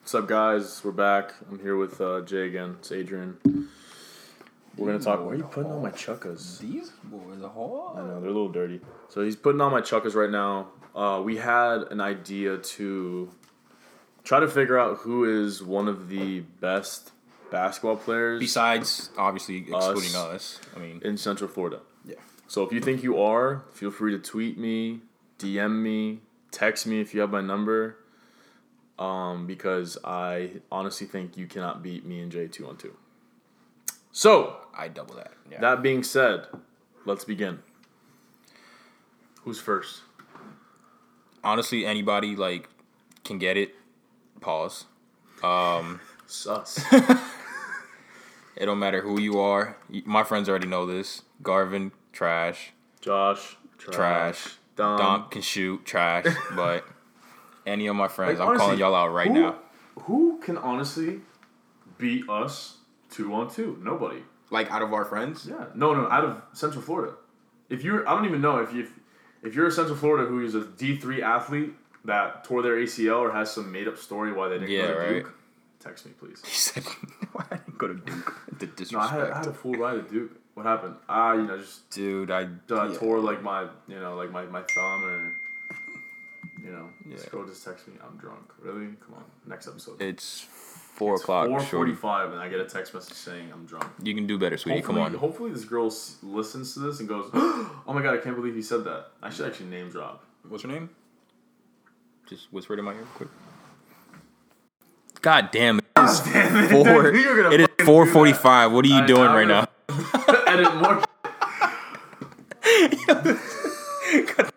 What's up, guys? We're back. I'm here with uh, Jay again. It's Adrian. We're gonna talk. Why are you putting on my chuckas? These boys are I hard. know they're a little dirty. So he's putting on my chuckas right now. Uh, we had an idea to try to figure out who is one of the best basketball players Besides, obviously, excluding us. I mean, in Central Florida. yeah. So if you think you are, feel free to tweet me, DM me, text me if you have my number. Um, because I honestly think you cannot beat me and Jay two on two. So I double that. Yeah. that being said, let's begin. Who's first? Honestly, anybody like can get it. Pause. Sus. It don't matter who you are. Y- My friends already know this. Garvin, trash, Josh. Trash. trash. Dom. Dom can shoot, trash. but any of my friends, I'm honestly, calling y'all out right who- now. Who can honestly beat us two on two? Nobody. Like out of our friends, Yeah. No, no, out of Central Florida. If you're, I don't even know if you, if you're a Central Florida who is a D three athlete that tore their ACL or has some made up story why they didn't Yeah, go to right. Duke, text me please. he said, "Why I didn't go to Duke?" The No, I disrespect, had, I had a full ride at Duke. What happened? Ah, you know, just dude. I uh, yeah. tore like my, you know, like my, my thumb or, you know, Yeah. this girl just text me, I'm drunk. Really? Come on, next episode. It's four o'clock. Four shorty. forty-five, and I get a text message saying I'm drunk. You can do better, sweetie. Hopefully, Come on. hopefully this girl s- listens to this and goes, "Oh my god, I can't believe he said that." I should actually name drop. What's her name? Just whisper it in my ear, quick. God damn it! It is Damn it, dude, four. you're gonna It is fucking do four forty-five. What are you I- doing I'm right gonna- now? that. Edit more.